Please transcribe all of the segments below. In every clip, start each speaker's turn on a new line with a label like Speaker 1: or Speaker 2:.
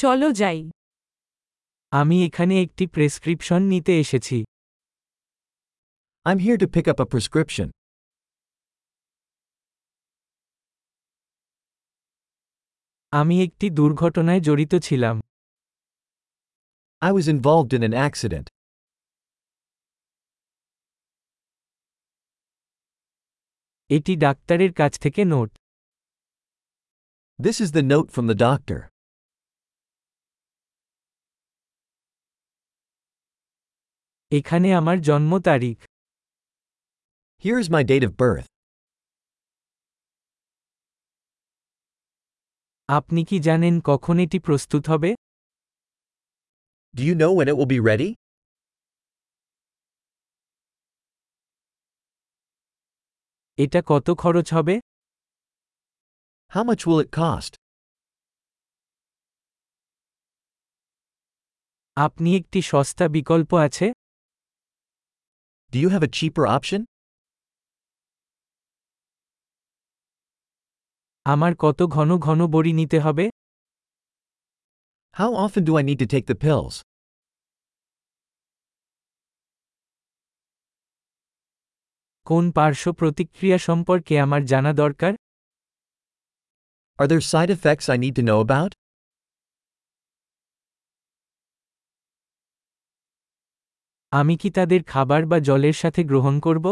Speaker 1: চলো যাই
Speaker 2: আমি এখানে একটি প্রেসক্রিপশন নিতে এসেছি
Speaker 3: I'm here to pick up a prescription.
Speaker 2: আমি একটি দুর্ঘটনায় জড়িত ছিলাম
Speaker 3: I was involved in an accident.
Speaker 2: এটি ডাক্তারের কাছ থেকে note
Speaker 3: This is the note from the doctor.
Speaker 2: এখানে আমার জন্ম তারিখ
Speaker 3: Here is my date of birth.
Speaker 2: আপনি কি জানেন কখন এটি প্রস্তুত হবে
Speaker 3: Do you know when it will be ready?
Speaker 2: এটা কত খরচ হবে
Speaker 3: How much will it cost?
Speaker 2: আপনি একটি সস্তা বিকল্প আছে
Speaker 3: Do you have a cheaper option?
Speaker 2: আমার কত ঘন ঘন বড়ি নিতে হবে
Speaker 3: How often do I need to take the pills?
Speaker 2: কোন পার্শ্ব প্রতিক্রিয়া সম্পর্কে আমার জানা দরকার
Speaker 3: Are there side effects I need to know about?
Speaker 2: আমি কি তাদের খাবার বা জলের সাথে গ্রহণ করব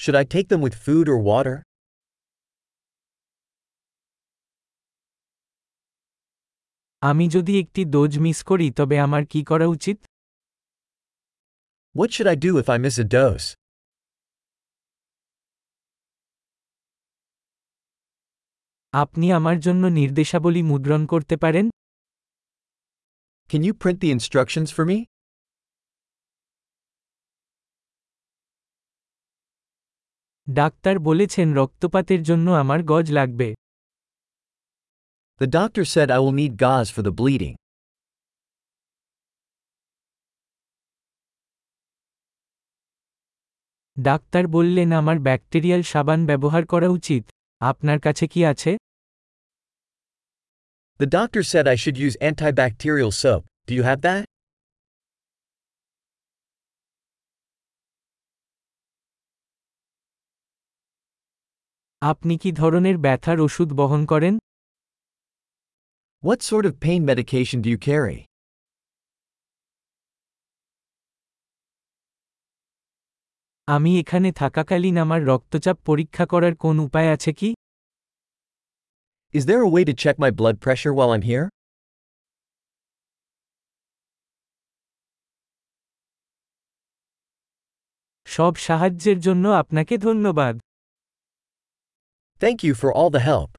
Speaker 3: Should I take them with food or water?
Speaker 2: আমি যদি একটি ডোজ মিস করি তবে আমার কি করা উচিত
Speaker 3: What should I do if I miss a dose?
Speaker 2: আপনি আমার জন্য নির্দেশাবলী মুদ্রণ করতে পারেন
Speaker 3: Can you print the instructions for me?
Speaker 2: Doctor বলেছেন রক্তপাতের জন্য আমার গজ লাগবে
Speaker 3: The doctor said I will need gauze for the bleeding.
Speaker 2: Doctor বললেন আমার ব্যাকটেরিয়াল সাবান ব্যবহার করা উচিত আপনার কাছে কি আছে
Speaker 3: The doctor said I should use antibacterial soap. Do you have that?
Speaker 2: আপনি কি ধরনের ব্যথার ওষুধ বহন করেন
Speaker 3: What sort of pain medication do you carry?
Speaker 2: আমি এখানে থাকাকালীন আমার রক্তচাপ পরীক্ষা করার কোন উপায় আছে কি
Speaker 3: Is there a way to check my blood pressure while I'm here?
Speaker 2: সব সাহায্যের জন্য আপনাকে ধন্যবাদ
Speaker 3: Thank you for all the help.